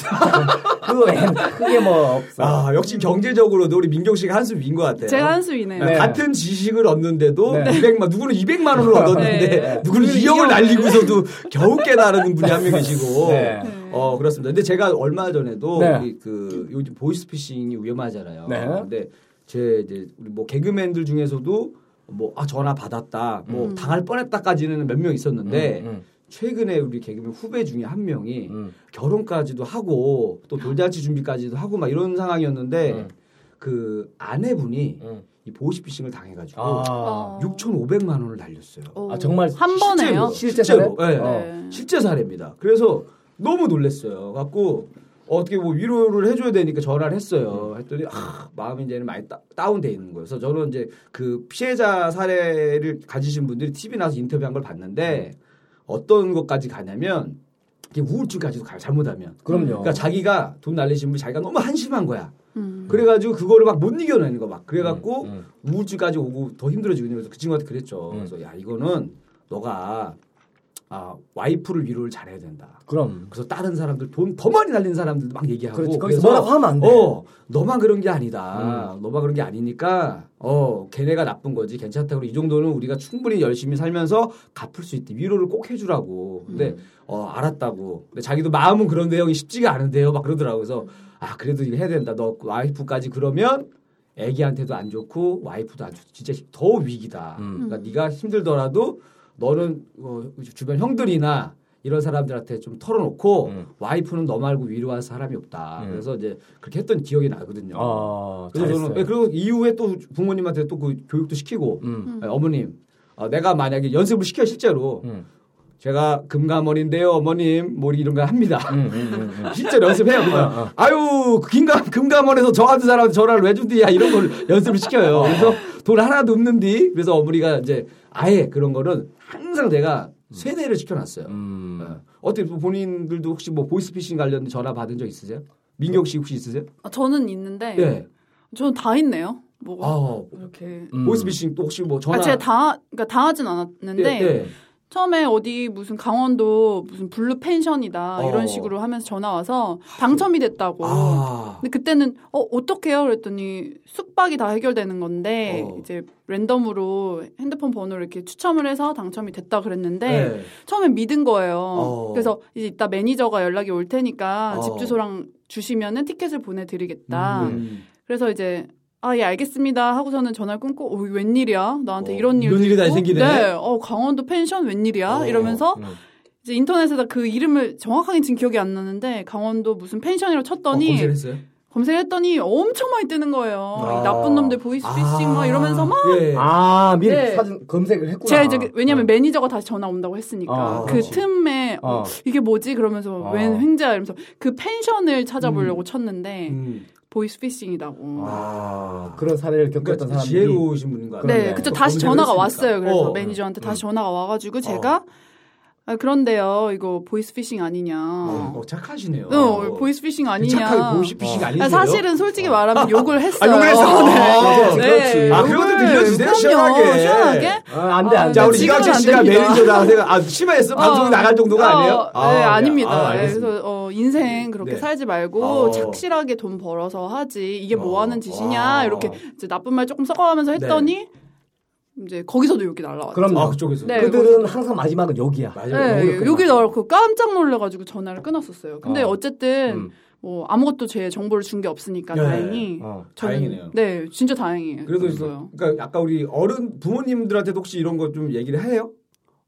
그거 외엔 크게 뭐 없어. 아, 역시 경제적으로도 우리 민경 씨가 한숨 윈것 같아요. 제가 한수이네요 네. 같은 지식을 얻는데도 네. 200만 누구는 200만 원을 얻었는데 네. 누구는 2억을 날리고서도 겨우 깨달은 분이 한 명 계시고 네. 어 그렇습니다. 근데 제가 얼마 전에도 네. 우리 그 요즘 보이스피싱이 위험하잖아요. 네. 근데 제 이제 우리 뭐 개그맨들 중에서도 뭐 아 전화 받았다 뭐 음. 당할 뻔했다까지는 몇 명 있었는데 음, 음. 최근에 우리 개그맨 후배 중에 한 명이 음. 결혼까지도 하고 또 돌잔치 준비까지도 하고 막 이런 상황이었는데 음. 그 아내분이 음. 이 보이스피싱을 당해가지고 아, 6,500만 원을 날렸어요. 어, 아, 정말 한 번에요 실제 실제로. 사례? 어. 예. 네. 실제 사례입니다. 그래서 너무 놀랐어요. 갖고 어떻게 뭐 위로를 해줘야 되니까 전화를 했어요. 했더니 아, 마음이 이제는 많이 다, 다운돼 있는 거예요. 그래서 저는 이제 그 피해자 사례를 가지신 분들이 TV 나서 인터뷰한 걸 봤는데 어떤 것까지 가냐면 이게 우울증까지도 가요. 잘못하면. 그럼요. 그러니까 자기가 돈 날리신 분이 자기가 너무 한심한 거야. 음. 그래가지고 그거를 막 못 이겨내는 거 막 그래갖고 음, 우울증까지 오고 더 힘들어지고 그래서 그 친구한테 그랬죠. 음. 그래서 야 이거는 너가 아 와이프를 위로를 잘해야 된다. 그럼. 그래서 다른 사람들 돈 더 많이 날린 사람들도 막 얘기하고 그렇지. 거기서 그래서 뭐라고 하면 안 돼. 음. 어 너만 그런 게 아니다. 너만 그런 게 아니니까 어 걔네가 나쁜 거지 괜찮다. 그리고 이 정도는 우리가 충분히 열심히 살면서 갚을 수 있대. 위로를 꼭 해주라고. 근데 음. 어 알았다고. 근데 자기도 마음은 그런데 형이 쉽지가 않은데요. 막 그러더라고. 그래서 아 그래도 이거 해야 된다. 너 와이프까지 그러면 애기한테도 안 좋고 와이프도 안 좋고 진짜 더 위기다. 음. 그러니까 네가 힘들더라도 너는 어, 주변 형들이나 이런 사람들한테 좀 털어놓고 음. 와이프는 너 말고 위로할 사람이 없다. 음. 그래서 이제 그렇게 했던 기억이 나거든요. 아, 그래서 저는 네, 잘했어요. 그리고 이후에 또 부모님한테 또 그 교육도 시키고 음, 네, 어머님 어, 내가 만약에 연습을 시켜 실제로 음, 제가 금감원인데요 어머님 뭐 이런 거 합니다. 음, 음, 음, 음. 실제로 연습해요. 그냥. 아유 금감 금감원에서 저 같은 사람 전화를 왜 준디야 이런 걸 연습을 시켜요. 그래서 돈 하나도 없는디 그래서 어머니가 이제 아예 그런 거는 항상 내가 세뇌를 시켜놨어요. 음. 어. 어때 본인들도 혹시 뭐 보이스피싱 관련된 전화 받은 적 있으세요? 민경 씨 혹시 있으세요? 아, 저는 있는데 예. 저는 다 있네요 뭐가 아 이렇게 음. 보이스피싱 또 혹시 뭐 전화? 아, 제가 당 그러니까 당하진 예, 않았는데 예. 처음에 어디 무슨 강원도 무슨 블루 펜션이다 어. 이런 식으로 하면서 전화 와서 당첨이 됐다고. 아. 근데 그때는 어 어떡해요 그랬더니 숙박이 다 해결되는 건데 어. 이제 랜덤으로 핸드폰 번호를 이렇게 추첨을 해서 당첨이 됐다 그랬는데 예. 처음엔 믿은 거예요. 어. 그래서 이제 이따 매니저가 연락이 올 어. 테니까 음, 네. 집 주소랑 주시면은 티켓을 보내드리겠다. 그래서 이제 아 예 알겠습니다 하고서는 전화를 끊고 어 웬일이야 나한테 어, 이런 일 이런 일이 다 있고? 생기네. 네, 어 강원도 펜션 웬일이야 어, 이러면서 음. 이제 인터넷에다 그 이름을 정확하게 지금 기억이 안 나는데 강원도 무슨 펜션이라고 쳤더니 검색했어요. 검색했더니 엄청 많이 뜨는 거예요. 아. 이 나쁜 놈들 보이스피싱 막 이러면서 막 예. 아 미리 네. 사진 검색을 했구나. 제가 이제 왜냐면 네. 매니저가 다시 전화 온다고 했으니까 어, 아, 그 그렇지. 틈에 어, 어. 이게 뭐지 그러면서 아. 웬 횡재야 이러면서 그 펜션을 찾아보려고 쳤는데 음. 보이스피싱이라고. 아, 그런 사례를 겪었던 그러니까 사람들이 지혜로우신 분인 것 같아요. 네, 그렇네. 그쵸. 또 다시 검색을 했으니까. 전화가 왔어요. 그래서 어, 매니저한테 음, 다시 음. 전화가 와가지고 제가 아, 그런데요, 이거 보이스피싱 아니냐. 어, 어, 착하시네요. 어, 보이스피싱 아니냐. 착하게 보이스피싱 아니세요? 어. 아, 아, 사실은 솔직히 말하면 욕을 했어요. 욕을 했어. 네. 그렇지, 네, 그렇지. 아, 그것도 욕을, 들려주세요. 그럼요, 시원하게. 네. 시원하게. 어, 안돼 아, 안돼. 자, 우리 지금은 이강철 안 씨가 됩니다. 매니저다. 생각- 아, 심하했어. 방송이 나갈 정도가 어, 아니에요? 네, 네. 아닙니다. 아, 네, 알겠습니다. 그래서 어, 인생 그렇게 네. 살지 말고 어. 착실하게 돈 벌어서 하지. 이게 어. 뭐 하는 짓이냐. 와. 네. 이렇게 이제 나쁜 말 조금 섞어가면서 했더니 이제 거기서도 욕이 날라왔죠. 그럼 뭐 아, 그쪽에서. 네. 그들은 항상 마지막은 여기야. 맞아요. 네, 여기 나왔고 깜짝 놀래가지고 전화를 끊었었어요. 근데 어. 어. 쨌든 음. 뭐 아무것도 제 정보를 준 게 없으니까 네. 다행히. 어. 저는- 다행이네요. 네, 진짜 다행이에요. 그래도 있어요. 그러니까 아까 우리 어른 부모님들한테도 혹시 이런 거 좀 얘기를 해요?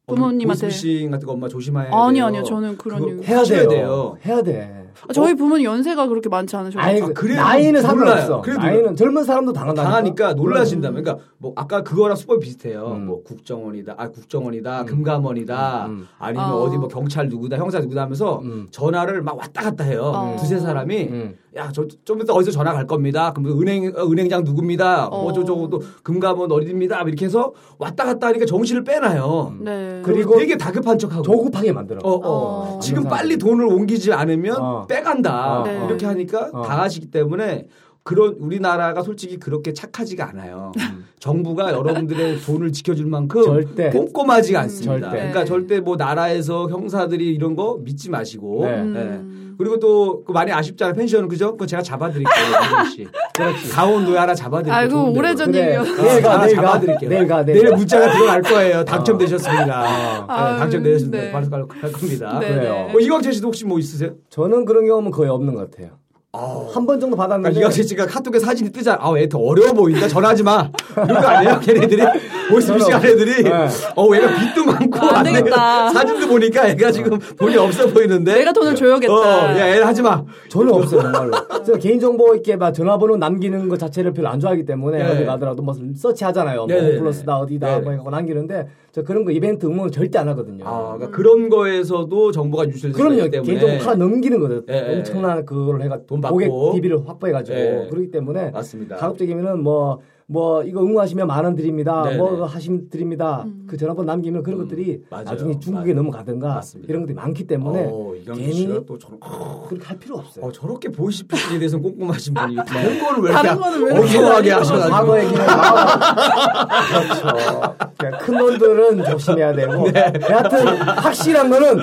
어, 부모님한테. 보이스피싱 같은 거 엄마 조심해야 아니 돼요. 아니요, 저는 그런 네, 그거- 유. 해야 하셔야 돼요. 돼요. 해야 돼. 아, 저희 부모는 연세가 그렇게 많지 않으셔서. 아니, 그- 그래도 나이는 몰라요. 상관없어. 그래도 나이는 젊은 사람도 당한다. 당하니까 놀라신다면 그러니까 뭐 아까 그거랑 수법이 비슷해요. 음. 뭐 국정원이다, 아 국정원이다, 금감원이다, 음, 음. 아니면 어. 어. 디뭐 경찰 누구다, 형사 누구다 하면서 음. 전화를 막 왔다 갔다 해요. 어. 두세 사람이 음. 야 저 좀 이따 어디서 전화 갈 겁니다. 그럼 은행 어, 은행장 누굽니다. 뭐 어. 어저저또 금감원 어디입니다. 이렇게 해서 왔다 갔다 하니까 정신을 빼놔요. 네. 그- 그리고 그리고 되게 다급한 척하고. 조급하게 만들어. 어, 어. 어. 지금 빨리 돈을 옮기지 않으면 어. 빼간다. 어, 네. 이렇게 하니까 어. 당하시기 때문에 그런 우리나라가 솔직히 그렇게 착하지가 않아요. 정부가 여러분들의 돈을 지켜줄 만큼 음. 절대. 꼼꼼하지가 않습니다. 절대. 그러니까 네. 절대 뭐 나라에서 형사들이 이런 거 믿지 마시고. 네. 음. 예. 그리고 또, 그 많이 아쉽잖아요. 펜션은, 그죠? 그거 제가 잡아드릴게요. 이동욱 씨. 강원도에 하나 잡아드릴게요. 아이고 좋은 데로. 오래전 그래. 얘기였어. 아, 내일 가, 하나 내일 가. 잡아드릴게요. 내일 가, 내일 내일 가. 문자가 들어갈 거예요. 당첨되셨습니다. 아유, 네, 당첨되셨습니다. 네. 바로 갈, 갈 겁니다. 네, 그래요. 네. 어, 이광재 씨도 혹시 뭐 있으세요? 저는 그런 경험은 거의 없는 것 같아요. 한 번 정도 받았는데. 그러니까 이광재 씨가 카톡에 사진이 뜨자. 아, 애한테 어려워 보인다. 전화하지 마. 이런 거 아니에요? 걔네들이? 보이스피싱 저는- 하는 애들이? 네. 어, 얘가 빚도 많고. 아, 안 안 되겠다. 되겠다. 사진도 보니까 애가 지금 돈이 없어 보이는데. 내가 돈을 줘야겠다. 어, 야, 애 하지 마. 저는 없어요, 정말로. 제가 개인정보 이렇게 막 전화번호 남기는 것 자체를 별로 안 좋아하기 때문에 네. 어디 가더라도 뭐 서치 하잖아요. 네, 네, 뭐 플러스다 어디다 네. 뭐 이거 남기는데 저 그런 거 이벤트 응모는 절대 안 하거든요. 아, 그러니까 그런 거에서도 정보가 유출될 수 그럼요. 있기 개인정보 때문에. 팔아 넘기는 거죠. 예, 예, 엄청난 그걸 해가 돈 받고. 고객 DB를 확보해가지고 예. 그렇기 때문에 맞습니다. 가급적이면은 뭐. 뭐 이거 응모하시면 만 원 드립니다. 네, 네. 뭐 하시면 드립니다. 그 전화번호 남기면 그런 것들이 맞아요. 나중에 중국에 맞아요. 넘어가든가 맞습니다. 이런 것들이 많기 때문에 어, 이광재 괜히 씨가 또 저런. 그렇게 할 필요 없어요. 어, 저렇게 보이스피싱에 대해서는 꼼꼼하신 분이 다른 거는 왜 이렇게 다른 거는 왜 이렇게 어수하게 난리가 하셔가지고 과거 얘기는 그렇죠. 그러니까 큰 돈들은 조심해야 되고 네. 여하튼 확실한 거는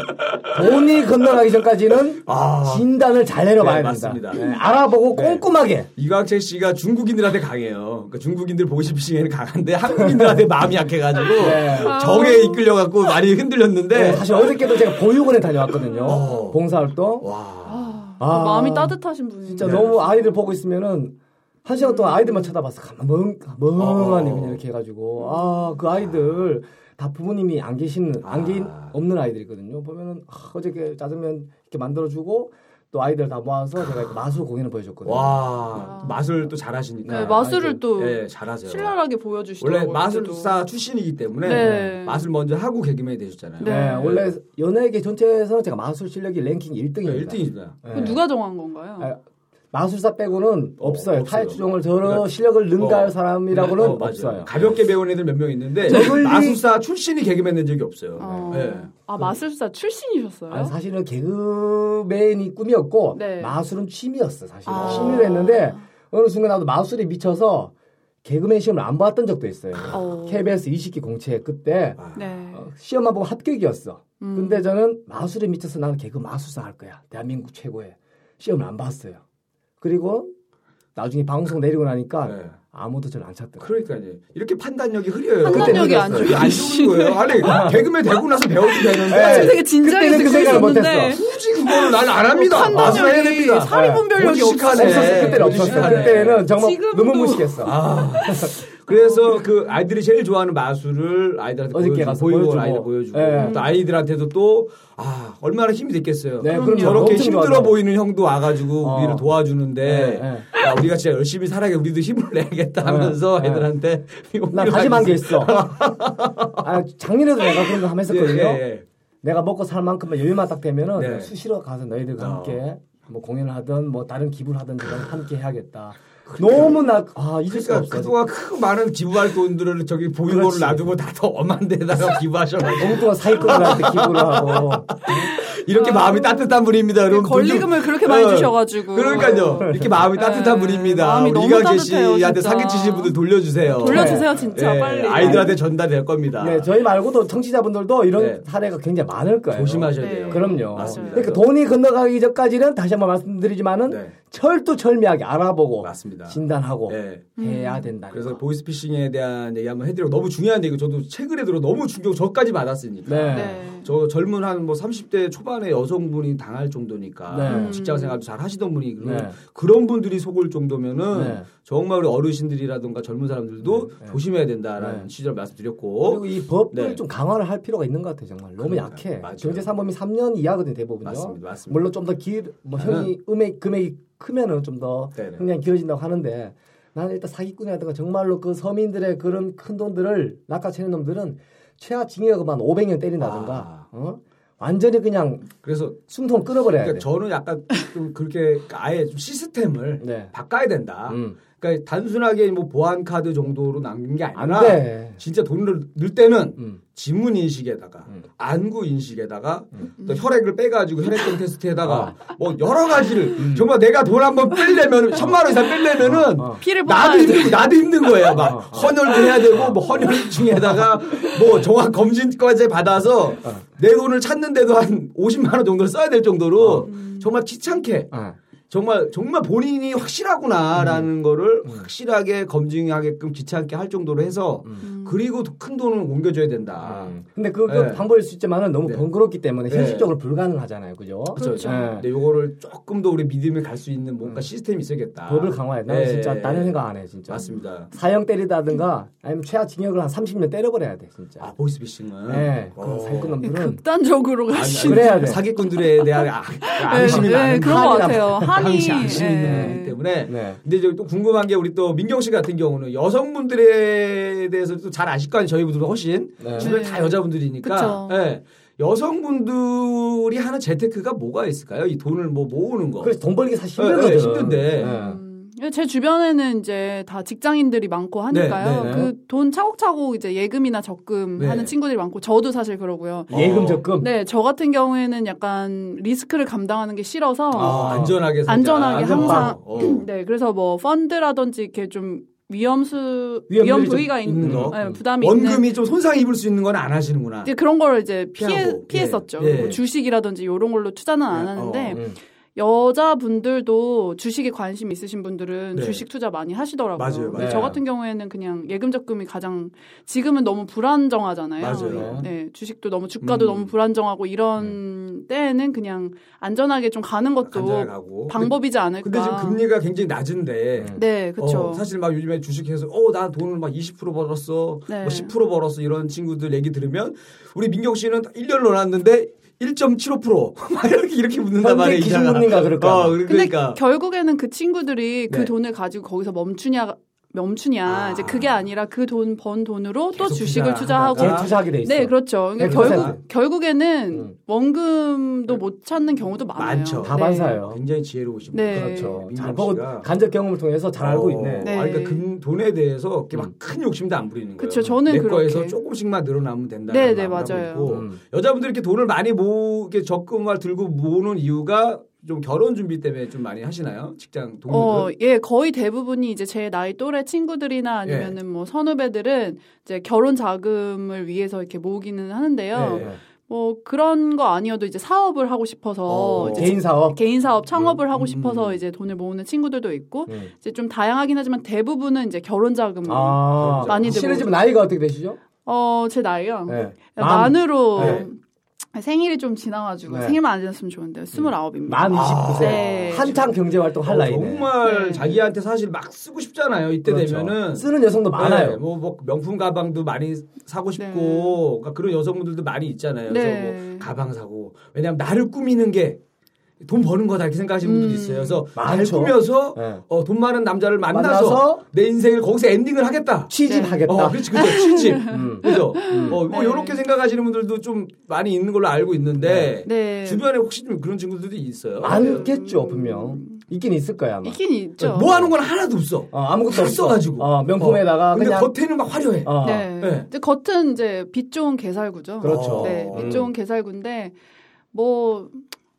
돈이 건너가기 전까지는 아. 진단을 잘 내려봐야 네, 된다. 맞습니다. 네, 알아보고 네. 꼼꼼하게 이광채 씨가 중국인들한테 강해요. 그러니까 중국인들 보이스피싱에는 강한데 한국인들한테 마음이 약해가지고 네. 정에 이끌려갖고 많이 흔들렸는데 네, 사실 어저께도 제가 보육원에 다녀왔거든요. 어. 봉사활동. 와 아, 아. 마음이 따뜻하신 분이 네. 진짜 너무 아이들 보고 있으면은 한 시간 동안 아이들만 쳐다봤어. 가만 멍, 아. 멍하니 그냥 이렇게 해가지고 아 그 아이들 다 부모님이 안 계시는 안 계, 아. 없는 아이들이거든요. 보면은 아, 어저께 짜장면 이렇게 만들어주고 또 아이들 다 모아서 제가 이렇게 마술 공연을 보여줬거든요. 와, 아. 마술 또 잘하시니까 네, 마술을 아이들, 또 예, 잘하세요. 신랄하게 원래 보여주시더라고요. 마술사 출신이기 때문에 네. 마술 먼저 하고 개그맨이 되셨잖아요. 네, 네. 원래 연예계 전체에서는 제가 마술 실력이 랭킹 1등입니다. 네, 네. 아, 1등이시다. 그 누가 정한 건가요? 마술사 빼고는 어, 없어요. 없어요. 타협주종을 저런 그러니까- 실력을 능가할 어. 사람이라고는 어, 맞아요. 없어요. 가볍게 배운 애들 몇 명 있는데 저걸 마술사 출신이 개그맨 된 적이 없어요. 어. 네. 아 마술사 출신이셨어요? 아니, 사실은 개그맨이 꿈이었고 네. 마술은 취미였어 사실 아. 취미로 했는데 어느 순간 나도 마술에 미쳐서 개그맨 시험을 안 봤던 적도 있어요 어. KBS 20기 공채 그때 아. 네. 어, 시험만 보고 합격이었어 음. 근데 저는 마술에 미쳐서 나는 개그 마술사 할 거야 대한민국 최고의 시험을 안 봤어요 그리고 나중에 방송 내리고 나니까 네. 아무도 저를 안 찾더라고요. 그러니까요. 이렇게 판단력이 흐려요. 판단력이 안 그때 안 좋은 거예요. 아니 개그맨 되고 나서 배워도 네. 제 되는데 아, 되게 진지하게 그때는 그 듣고 생각을 있었는데 못했어. 굳이 그거를 난 안 합니다. 마스터 해야 뭐 판단력이 됩니다. 사- 네. 사리분별력이 무식하네. 없었어. 없었어. 그때는 어디 없었어. 시간에. 그때는 정말 지금도- 너무 무식했어. 아. 그래서 그 아이들이 제일 좋아하는 마술을 아이들한테 어저께 보여주고, 가서 보이고 보여주고. 아이들 보여주고 네. 또 아이들한테도 또 아, 얼마나 힘이 됐겠어요. 네, 그럼요. 저렇게 엄청 힘들어 좋아하죠. 보이는 형도 와가지고 어. 우리를 도와주는데 네, 네. 야, 우리가 진짜 열심히 살아야 우리도 힘을 내겠다 네, 하면서 네. 애들한테 나 용기를 다짐한 게 가지고- 있어. 아, 작년에도 내가 그런 거 하면 했었거든요. 예, 예, 내가 먹고 살 만큼만 여유만 딱 되면은 네. 수시로 가서 너희들과 어. 함께 뭐 공연을 하든 뭐 다른 기부를 하든 그런 함께 해야겠다. 너무 나아 잊을 수가 그러니까 없어. 그동안 그 많은 기부할 돈들을 저기 보유고를 그렇지. 놔두고 다 더 엄한 데다가 기부하셔가지고 너무 동안 사기꾼들한테 기부를 하고 이렇게 마음이 따뜻한 분입니다, 여러분. 권리금을 그렇게 아. 많이 어, 주셔가지고. 그러니까요. 이렇게 마음이 따뜻한 네, 분입니다. 마음이 우리 너무 이강재 따뜻해요, 씨한테 진짜. 사기치신 분들 돌려주세요. 돌려주세요 진짜 예, 빨리. 아이들한테 전달될 겁니다. 네, 저희 말고도 청취자분들도 이런 네. 사례가 사례가 굉장히 많을 거예요. 조심하셔야 네. 돼요. 그럼요. 맞습니다. 그러니까 돈이 건너가기 전까지는 다시 한번 말씀드리지만은 네. 철두철미하게 알아보고 맞습니다. 어. 진단하고 예. 해야 된다. 그래서 보이스피싱에 대한 얘기 한번 해드리고 너무 중요한 얘기 저도 최근에 들어 너무 충격 저까지 받았으니까 네. 네. 저 젊은 한 뭐 30대 초반의 여성분이 당할 정도니까 네. 직장 생활도 잘 하시던 분이 그런 네. 그런 분들이 속을 정도면은 네. 정말 우리 어르신들이라든가 젊은 사람들도 네. 네. 조심해야 된다라는 네. 취지를 말씀드렸고 그리고 이 법을 네. 좀 강화를 할 필요가 있는 것 같아요 정말 너무 그러니까요. 약해 맞아요. 경제사범이 3년 이하거든요 대부분요 맞습니다. 맞습니다. 네. 물론 좀 더길뭐 형이 음액 금액이 크면은 좀 더 네네. 형량이 길어진다고 하는데 나는 일단 사기꾼이라든가 정말로 그 서민들의 그런 큰 돈들을 낚아채는 놈들은 최하 징역은 한 500년 때린다든가 아. 어? 완전히 그냥 그래서 숨통 끊어버려야 그러니까 저는 약간 좀 그렇게 아예 좀 시스템을 네. 바꿔야 된다. 돼. 음. 그러니까 단순하게 뭐 보안 카드 정도로 남긴 게 아니라 안 돼. 진짜 돈을 넣을 때는 음. 지문 인식에다가 음. 안구 인식에다가 음. 아. 또 혈액을 빼가지고 혈액형 테스트에다가 뭐 여러 가지를 음. 정말 내가 돈 한번 빼려면 천만 원 이상 빼려면은 어. 피를 나도 뽑아야 돼. 힘들고 나도 힘든 거예요. 막 어, 어. 헌혈도 해야 되고 뭐 헌혈 중에다가 뭐 정확 검진까지 받아서 어. 내 돈을 찾는데도 한 50만 원 정도를 써야 될 어. 정도로 정말 귀찮게 아. 정말 정말 본인이 음. 확실하구나라는 거를 확실하게 검증하게끔 귀찮게 할 정도로 해서 음. 그리고 큰 돈은 옮겨줘야 아. 된다. 근데 그, 그 네. 방법일 수 있지만은 너무 네. 번거롭기 때문에 네. 현실적으로 불가능하잖아요 그죠 그렇죠. 예. 근데 요거를 조금 더 우리 믿음에 갈 수 있는 뭔가 시스템이 있어야겠다. 법을 강화해. 나는 예, 진짜 예, 다른 예. 생각 안 해, 진짜. 맞습니다. 사형 때리다든가 아니면 최하 징역을 한 30년 때려버려야 돼, 진짜. 아 보이스피싱은 네, 예. 어. 그 사기꾼 놈들은 극단적으로 아니, 가시. 아니, 그래야 돼. 사기꾼들에 대한 아- 앙심이 네, 많은 네, 그런 것 한이나 같아요. 한이. 당시 앙심이 많기 네. 때문에 네. 근데 이제 또 궁금한 게 우리 또 민경 씨 같은 경우는 여성분들에 대해서 또 잘 아실 거 아니에요. 저희보다 훨씬 네. 주변 다 여자분들이니까. 그쵸. 예. 여성분들이 하는 재테크가 뭐가 있을까요? 이 돈을 뭐 모으는 그렇죠. 거. 그래서 돈 벌기 사실 예, 예, 힘들거든. 힘든데. 음. 예. 제 주변에는 이제 다 직장인들이 많고 하니까요. 네, 네, 네. 그 돈 차곡차곡 이제 예금이나 적금 네. 하는 친구들이 많고 저도 사실 그러고요. 예금 어. 적금. 네, 저 같은 경우에는 약간 리스크를 감당하는 게 싫어서 아, 안전하게 살자. 안전하게 안전빵. 항상- 어. 네, 그래서 뭐 펀드라든지 이렇게 좀 위험수 위험률이 위험 좀 부위가 있는 있는 거. 음. 네, 부담이 있는 원금이 좀 손상 입을 수 있는 건 안 하시는구나. 이제 그런 걸 이제 피해 피하고, 피했었죠. 예, 예. 뭐 주식이라든지 이런 걸로 투자는 안 예, 하는데 음. 여자분들도 주식에 관심 있으신 분들은 네. 주식 투자 많이 하시더라고요. 맞아요, 근데 맞아요. 저 같은 경우에는 그냥 예금 적금이 가장 지금은 너무 불안정하잖아요. 맞아요. 네, 주식도 너무 음. 주가도 네. 너무 불안정하고 이런 때에는 그냥 안전하게 좀 가는 것도 간절하고. 방법이지 않을까. 근데 지금 금리가 굉장히 낮은데 음. 네, 어, 그렇죠. 사실 막 요즘에 주식해서 어 나 돈을 막 20% 벌었어, 네. 뭐 10% 벌었어 이런 친구들 얘기 들으면 우리 민경 씨는 1년 넣어놨는데 1.75% 막 이렇게 이렇게 묻는단 현재 말이야 기준 이자가. 금리가 그럴까? 어, 봐. 근데 그러니까 결국에는 그 친구들이 그 네. 돈을 가지고 거기서 멈추냐 멈추냐 아. 이제 그게 아니라 그 돈 번 돈으로 또 계속 주식을 투자하다가. 아, 투자하고 재 투자하게 돼 있어. 네, 그렇죠. 네, 그러니까 그거 결국 생각해. 결국에는 음. 원금도 못 찾는 경우도 많아요. 많죠. 다 네. 반사예요. 굉장히 지혜로우신 분. 네. 그렇죠. 민경 잘 보고 씨가. 간접 경험을 통해서 잘 알고 있네. 음. 네. 아, 그러니까 금, 돈에 대해서 이렇게 막 큰 욕심도 안 부리는 거예요. 그쵸, 저는 내 거에서 그렇게. 조금씩만 늘어나면 된다. 네, 네, 맞아요. 어. 음. 여자분들이 이렇게 돈을 많이 모으, 게 적금을 들고 모으는 이유가 좀 결혼 준비 때문에 좀 많이 하시나요? 직장 동료들. 어, 예, 거의 대부분이 이제 제 나이 또래 친구들이나 음. 예. 아니면은 뭐 선후배들은 이제 결혼 자금을 위해서 이렇게 모으기는 하는데요. 네. 뭐 그런 거 아니어도 이제 사업을 하고 싶어서 어, 이제 개인 사업. 개인 사업 창업을 음. 하고 싶어서 이제 돈을 모으는 친구들도 있고 네. 이제 좀 다양하긴 하지만 대부분은 이제 결혼 음. 자금으로 아, 많이들 실례지만 나이가 어떻게 되시죠? 어제 아, 나이가 네. 만, 만으로 생일이 좀 지나가지고 네. 일만안 지났으면 좋은데 스물아홉입니다. 만 29세. 네. 한창 경제 활동 할 나이네. 어, 정말 네. 자기한테 사실 막 쓰고 싶잖아요. 이때 그렇죠. 되면은 쓰는 여성도 많아요. 네, 뭐, 뭐 명품 가방도 많이 사고 싶고 네. 그러니까 그런 여성분들도 많이 있잖아요. 네. 그래서 뭐 가방 사고 왜냐하면 나를 꾸미는 게 돈 버는 거다 이렇게 생각하시는 분들도 음. 있어요. 그래서 잘 많죠. 꾸며서 네. 어, 돈 많은 남자를 만나서, 만나서 내 인생을 거기서 엔딩을 하겠다. 취직하겠다. 어, 그렇지, 그렇죠. 취집. 음. 그죠? 어, 네. 뭐, 요렇게 생각하시는 분들도 좀 많이 있는 걸로 알고 있는데, 네. 주변에 혹시 좀 그런 친구들도 있어요? 많겠죠 분명. 있긴 있을 거야 아마. 네, 있긴 있죠. 뭐 하는 건 하나도 없어. 어, 아무것도 다 없어. 써가지고. 어, 아, 명품에다가 근데 그냥 겉에는 막 화려해. 어. 네. 네. 이제 겉은 이제 빛 좋은 개살구죠. 그렇죠. 네, 어. 빛 좋은 개살구인데 뭐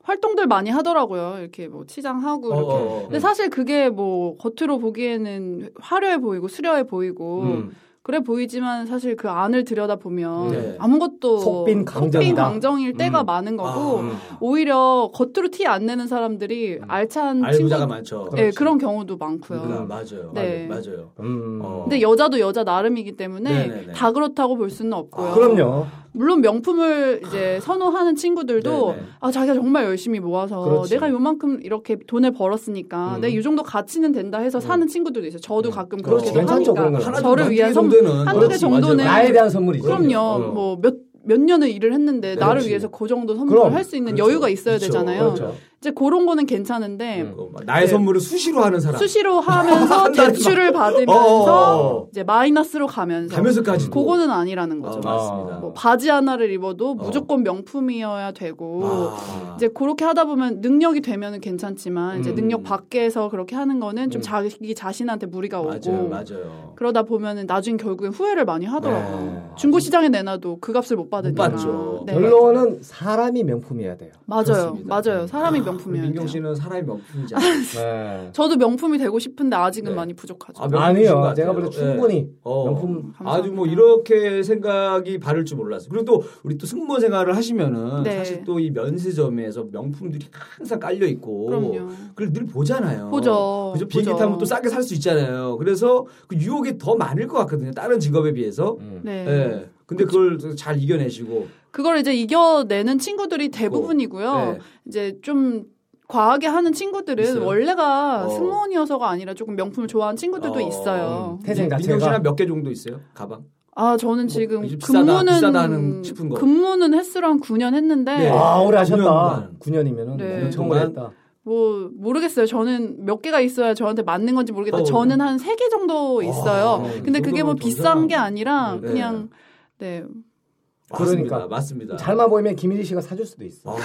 활동들 많이 하더라고요. 이렇게 뭐 치장하고 이렇게. 어, 어. 근데 사실 그게 뭐 겉으로 보기에는 화려해 보이고 수려해 보이고 음. 그래 보이지만 사실 그 안을 들여다 보면 네. 아무것도 속빈 강정이다. 일 때가 음. 많은 거고 아, 음. 오히려 겉으로 티 안 내는 사람들이 알찬 친구 알부자가 많죠. 네, 그런 경우도 많고요. 그러니까 맞아요. 네. 맞아요. 맞아요. 음. 어. 근데 여자도 여자 나름이기 때문에 네네네. 다 그렇다고 볼 수는 없고요. 아, 그럼요. 물론 명품을 이제 선호하는 친구들도 네네. 아 자기가 정말 열심히 모아서 그렇지. 내가 요만큼 이렇게 돈을 벌었으니까 음. 내가 이 정도 가치는 된다 해서 사는 친구들도 있어요. 저도 가끔 음. 그렇지. 그렇게 괜찮죠, 그런 하니까 건. 하나 저를 정도, 위한 한두 개 정도는. 한두 개 그렇지, 정도는 맞아요. 음. 나에 대한 선물이죠. 네. 그럼요. 어. 네, 뭐 몇 몇 년을 일을 했는데 나를 그렇지. 위해서 그 정도 선물을 그럼. 할 수 있는 그렇죠. 여유가 있어야 그렇죠. 되잖아요. 그렇죠. 이제 그런 거는 괜찮은데 음. 어, 나의 네. 선물을 수시로 하는 사람. 수시로 하면서 대출을 받으면서 네, 어어어. 이제 마이너스로 가면서 가면서까지. 그거는 아니라는 어, 거죠. 맞습니다. 뭐 바지 하나를 입어도 어. 무조건 명품이어야 되고 아. 뭐 이제 그렇게 하다 보면 능력이 되면은 괜찮지만 이제 음. 능력 밖에서 그렇게 하는 거는 좀 음. 자기 자신한테 무리가 오고 맞아요, 맞아요. 그러다 보면은 나중에 결국엔 후회를 많이 하더라고요. 네. 중고 시장에 내놔도 그 값을 못 받으니까. 받죠. 네. 별로- 결론은 사람이 명품이어야 돼요. 맞아요. 그렇습니다. 맞아요. 사람이 우리 명품이어야 돼요. 민경 씨는 사람이 명품이지 않아요. 네. 저도 명품이 되고 싶은데 아직은 네. 많이 부족하죠. 아, 명품이신 것 아니요. 같아요. 제가 볼 때 네. 충분히 어. 명품 감사합니다. 아주 뭐 이렇게 생각이 바를 줄 몰랐어요. 그리고 또 우리 또 승무원 생활을 하시면은 네. 사실 또 이 면세점에서 명품들이 항상 깔려 있고 그럼요. 걸늘 보잖아요. 보죠. 뭐. 어, 그죠? 비행기 보죠. 타면 또 싸게 살 수 있잖아요. 그래서 그 유혹이 더 많을 것 같거든요. 다른 직업에 비해서. 음. 네. 예. 근데 그걸 잘 이겨내시고 그걸 이제 이겨내는 친구들이 대부분이고요. 어, 네. 이제 좀 과하게 하는 친구들은 있어요? 원래가 어. 승무원이어서가 아니라 조금 명품을 좋아하는 친구들도 어, 있어요. 태생 민- 자체가 민경 씨는 몇개 정도 있어요? 가방? 아, 저는 지금 뭐 이제 비싸다, 근무는 비싸다는 싶은 거. 근무는 횟수로 한 9년 했는데 네. 아 오래 하셨다. 구년간. 9년이면은 네. 엄청 오래 했다. 뭐 모르겠어요. 저는 몇 개가 있어야 저한테 맞는 건지 모르겠는데 어, 저는 한 세 개 정도 있어요. 아, 근데 그게 뭐 정도면 비싼 게 정상. 아니라 네. 그냥 네. 맞습니다. 그러니까. 맞습니다. 잘만 보이면 김일희 씨가 사줄 수도 있어. 아,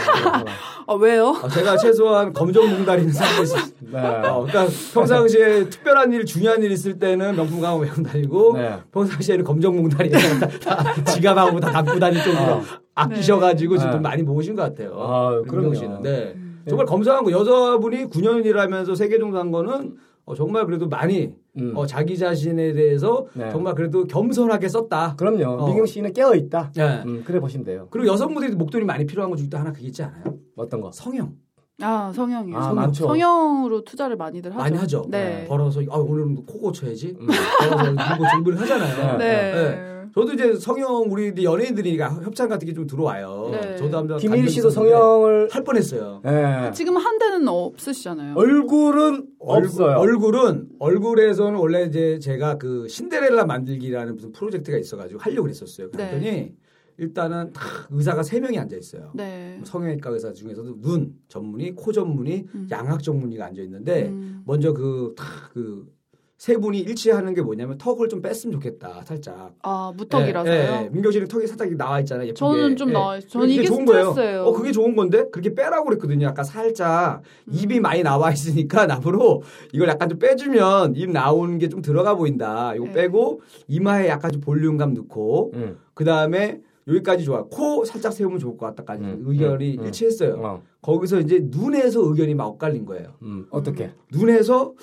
아, 왜요? 아, 제가 최소한 검정 몽다리는 사고 있어요. 네. 어, 그러니까 평상시에 특별한 일, 중요한 일 있을 때는 명품 가방 메고 다니고 네. 평상시에는 검정 몽다리 다, 다 지갑하고 다 갖고 다니는 쪽으로 아끼셔가지고 지금 어. 네. 돈 많이 모으신 것 같아요. 아, 그럼요. 음. 민경 씨는. 네. 정말 검사한 거 여자분이 9년이라면서 세개 정도 한 거는 어, 정말 그래도 많이 음. 어, 자기 자신에 대해서 네. 음. 정말 그래도 겸손하게 썼다. 그럼요. 어. 민경 씨는 깨어 있다. 네. 음, 그래 보시면 돼요. 그리고 여성분들이 목돈이 많이 필요한 것 중에 또 하나 그게 있지 않아요? 어떤 거? 성형 아, 성형이요. 아, 성형. 많죠. 성형으로 투자를 많이들 하죠. 많이 하죠. 네. 벌어서 아, 오늘은 코 고쳐야지. 벌어서 이거 준비를 하잖아요. 음. 네. 네. 네. 저도 이제 성형 우리 이제 연예인들이니까 협찬 같은 게 좀 들어와요. 네. 저도 한번 김일희 씨도 갔는데 성형을 할 뻔했어요. 예. 지금 한 대는 없으시잖아요. 얼굴은 얼굴- 없어요. 얼굴은 얼굴에서는 원래 이제 제가 그 신데렐라 만들기라는 무슨 프로젝트가 있어가지고 하려고 그랬었어요. 네. 그랬더니 일단은 다 의사가 세 명이 앉아 있어요. 네. 성형외과 의사 중에서도 눈 전문의, 코 전문의, 음. 양학 전문의가 앉아 있는데 음. 먼저 그 다 그 세 분이 일치하는 게 뭐냐면 턱을 좀 뺐으면 좋겠다 살짝. 아, 무턱이라서요. 예, 예, 예. 민경 씨는 턱이 살짝 나와 있잖아요. 예쁘게. 저는 좀 예. 나와요. 저는 그게 이게 좋은 거예요. 스트레스예요. 어, 그게 좋은 건데 그렇게 빼라고 그랬거든요. 아까 살짝 음. 입이 많이 나와 있으니까 나무로 이걸 약간 좀 빼주면 입 나오는 게 좀 들어가 보인다. 이거 네. 빼고 이마에 약간 좀 볼륨감 넣고 음. 그 다음에 여기까지 좋아. 코 살짝 세우면 좋을 것 같다까지 음, 의견이 음, 음. 일치했어요. 어. 거기서 이제 눈에서 의견이 막 엇갈린 거예요. 음. 어떻게? 눈에서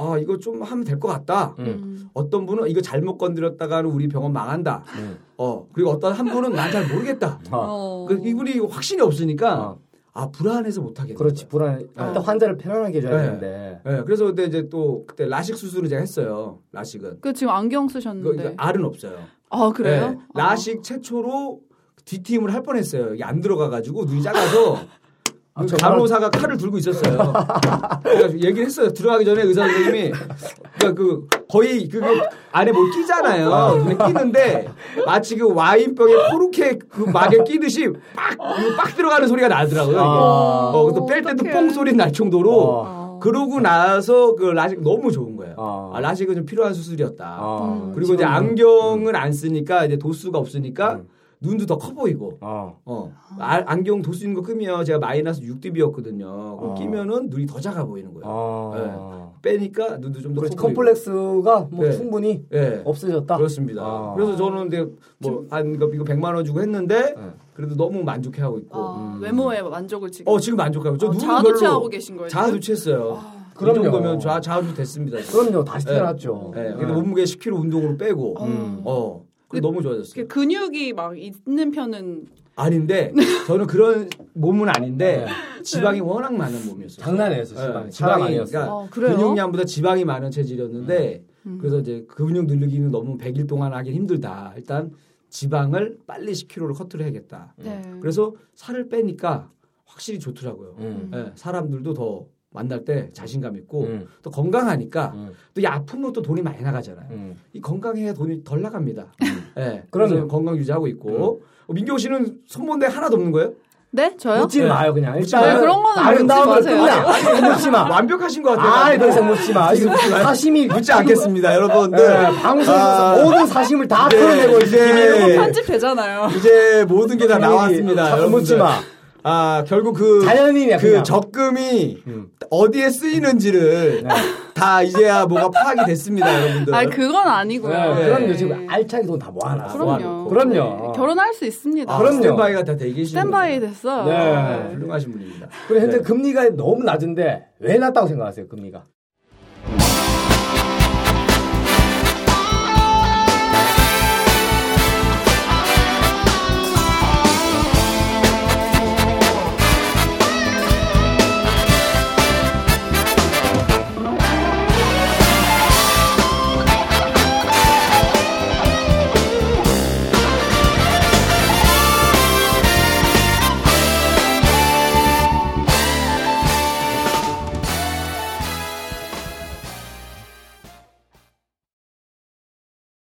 아 이거 좀 하면 될 것 같다. 음. 음. 어떤 분은 이거 잘못 건드렸다가는 우리 병원 망한다. 음. 어 그리고 어떤 한 분은 난 잘 모르겠다. 아, 어. 그 이분이 확신이 없으니까 아, 아 불안해서 못 하겠다. 그렇지 불안해. 아, 어. 일단 환자를 편안하게 해줘야 네. 되는데. 예, 그래서 그때 이제 또 그때 라식 수술을 제가 했어요. 라식은. 그 지금 안경 이거, 쓰셨는데. 이거 알은 없어요. 아 그래요? 예, 라식 최초로 뒤팀을 할 뻔했어요. 이게 안 들어가가지고 눈이 작아서 아, 저 간호사가 칼을 들고 있었어요. 그래가지고 얘기를 했어요. 들어가기 전에 의사 선생님이 그러니까 그 거의 그 안에 뭘 끼잖아요. 눈에 끼는데 마치 그 와인병에 코르케 그 막에 끼듯이 빡빡 들어가는 소리가 나더라고요. 이게. 아. 어, 그래서 뺄 때도 아, 뽕 소리 날 정도로 어. 어. 그러고 나서 그 라식 너무 좋은 거예요. 아. 아, 라식은 좀 필요한 수술이었다. 아, 그리고 이제 지금은- 안경을 안 쓰니까 이제 도수가 없으니까 음. 눈도 더 커 보이고. 어. 어. 아, 안경 도수 있는 거 끄면 제가 마이너스 6dB였거든요. 그거 아. 끼면은 눈이 더 작아 보이는 거예요. 아. 빼니까 눈도 좀 더 커 그렇지. 보이고. 컴플렉스가 뭐 네. 충분히 예. 없어졌다. 그렇습니다. 아. 그래서 저는 근데 뭐한 이거 100만 원 주고 했는데 네. 그래도 너무 만족해 하고 있고. 음. 아, 외모에 만족을 지금. 어, 지금 만족하고. 저 어, 눈은 자아도취하고 별로 계신 거예요. 지금? 자아도취했어요. 이 그럼요. 정도면 자, 자아도취 됐습니다. 지금. 그럼요. 다시 네. 태어났죠. 예. 네. 근데 몸무게 10kg 운동으로 빼고. 음. 어. 그게 너무 좋아졌어요. 그 근육이 막 있는 편은 아닌데 저는 그런 몸은 네. 아닌데 지방이 워낙 많은 몸이었어요. 장난이에요, 지방. 네, 장난 지방이 아니었어요. 네. 음. 그러니까 어, 그래요? 근육량보다 지방이 많은 체질이었는데 그래서 이제 근육 늘리기는 너무 100일 동안 하긴 힘들다. 일단 지방을 빨리 10kg를 커트를 해야겠다. 네. 그래서 살을 빼니까 확실히 좋더라고요. 음. 예, 사람들도 더 만날 때 자신감 뭐 있고 음. 또 건강하니까 음. 또 이 아프면 또 돈이 많이 나가잖아요. 음. 이 건강해야 돈이 덜 나갑니다. 음. 예, 그럼요. 그래서 건강 유지하고 있고 어, 민경 씨는 손본데 하나도 없는 거예요? 네? 저요? 묻지 네. 마요, 그냥. 일단 마요. 그런 거는 아름다움을 묻지 마세요. 끝나. 묻지 아. 마. 완벽하신 것 같아요. 어. 아이, 더 이상 묻지 마. 이거 사심이. 묻지 않겠습니다, 네. 여러분들. 예. 방송에서 아, 모든 사심을 다 네. 풀어내고 이제 이제. 편집되잖아요. 이제 모든 게 다 나왔습니다. 자꾸 여러분들. 묻지 마. 아, 결국 그, 자연인이야, 그 그냥. 적금이 음. 어디에 쓰이는지를 네. 다 이제야 뭐가 파악이 됐습니다, 여러분들. 아 그건 아니고요. 네. 네. 그럼요. 지금 알차게 돈 다 모아놨어. 그럼요. 그럼요. 결혼할 수 있습니다. 아, 그럼요. 스탠바이가 다 대기시는 스탠바이 됐어요. 네. 훌륭하신 분입니다. 그리고 현재 네. 금리가 너무 낮은데 왜 낮다고 생각하세요, 금리가?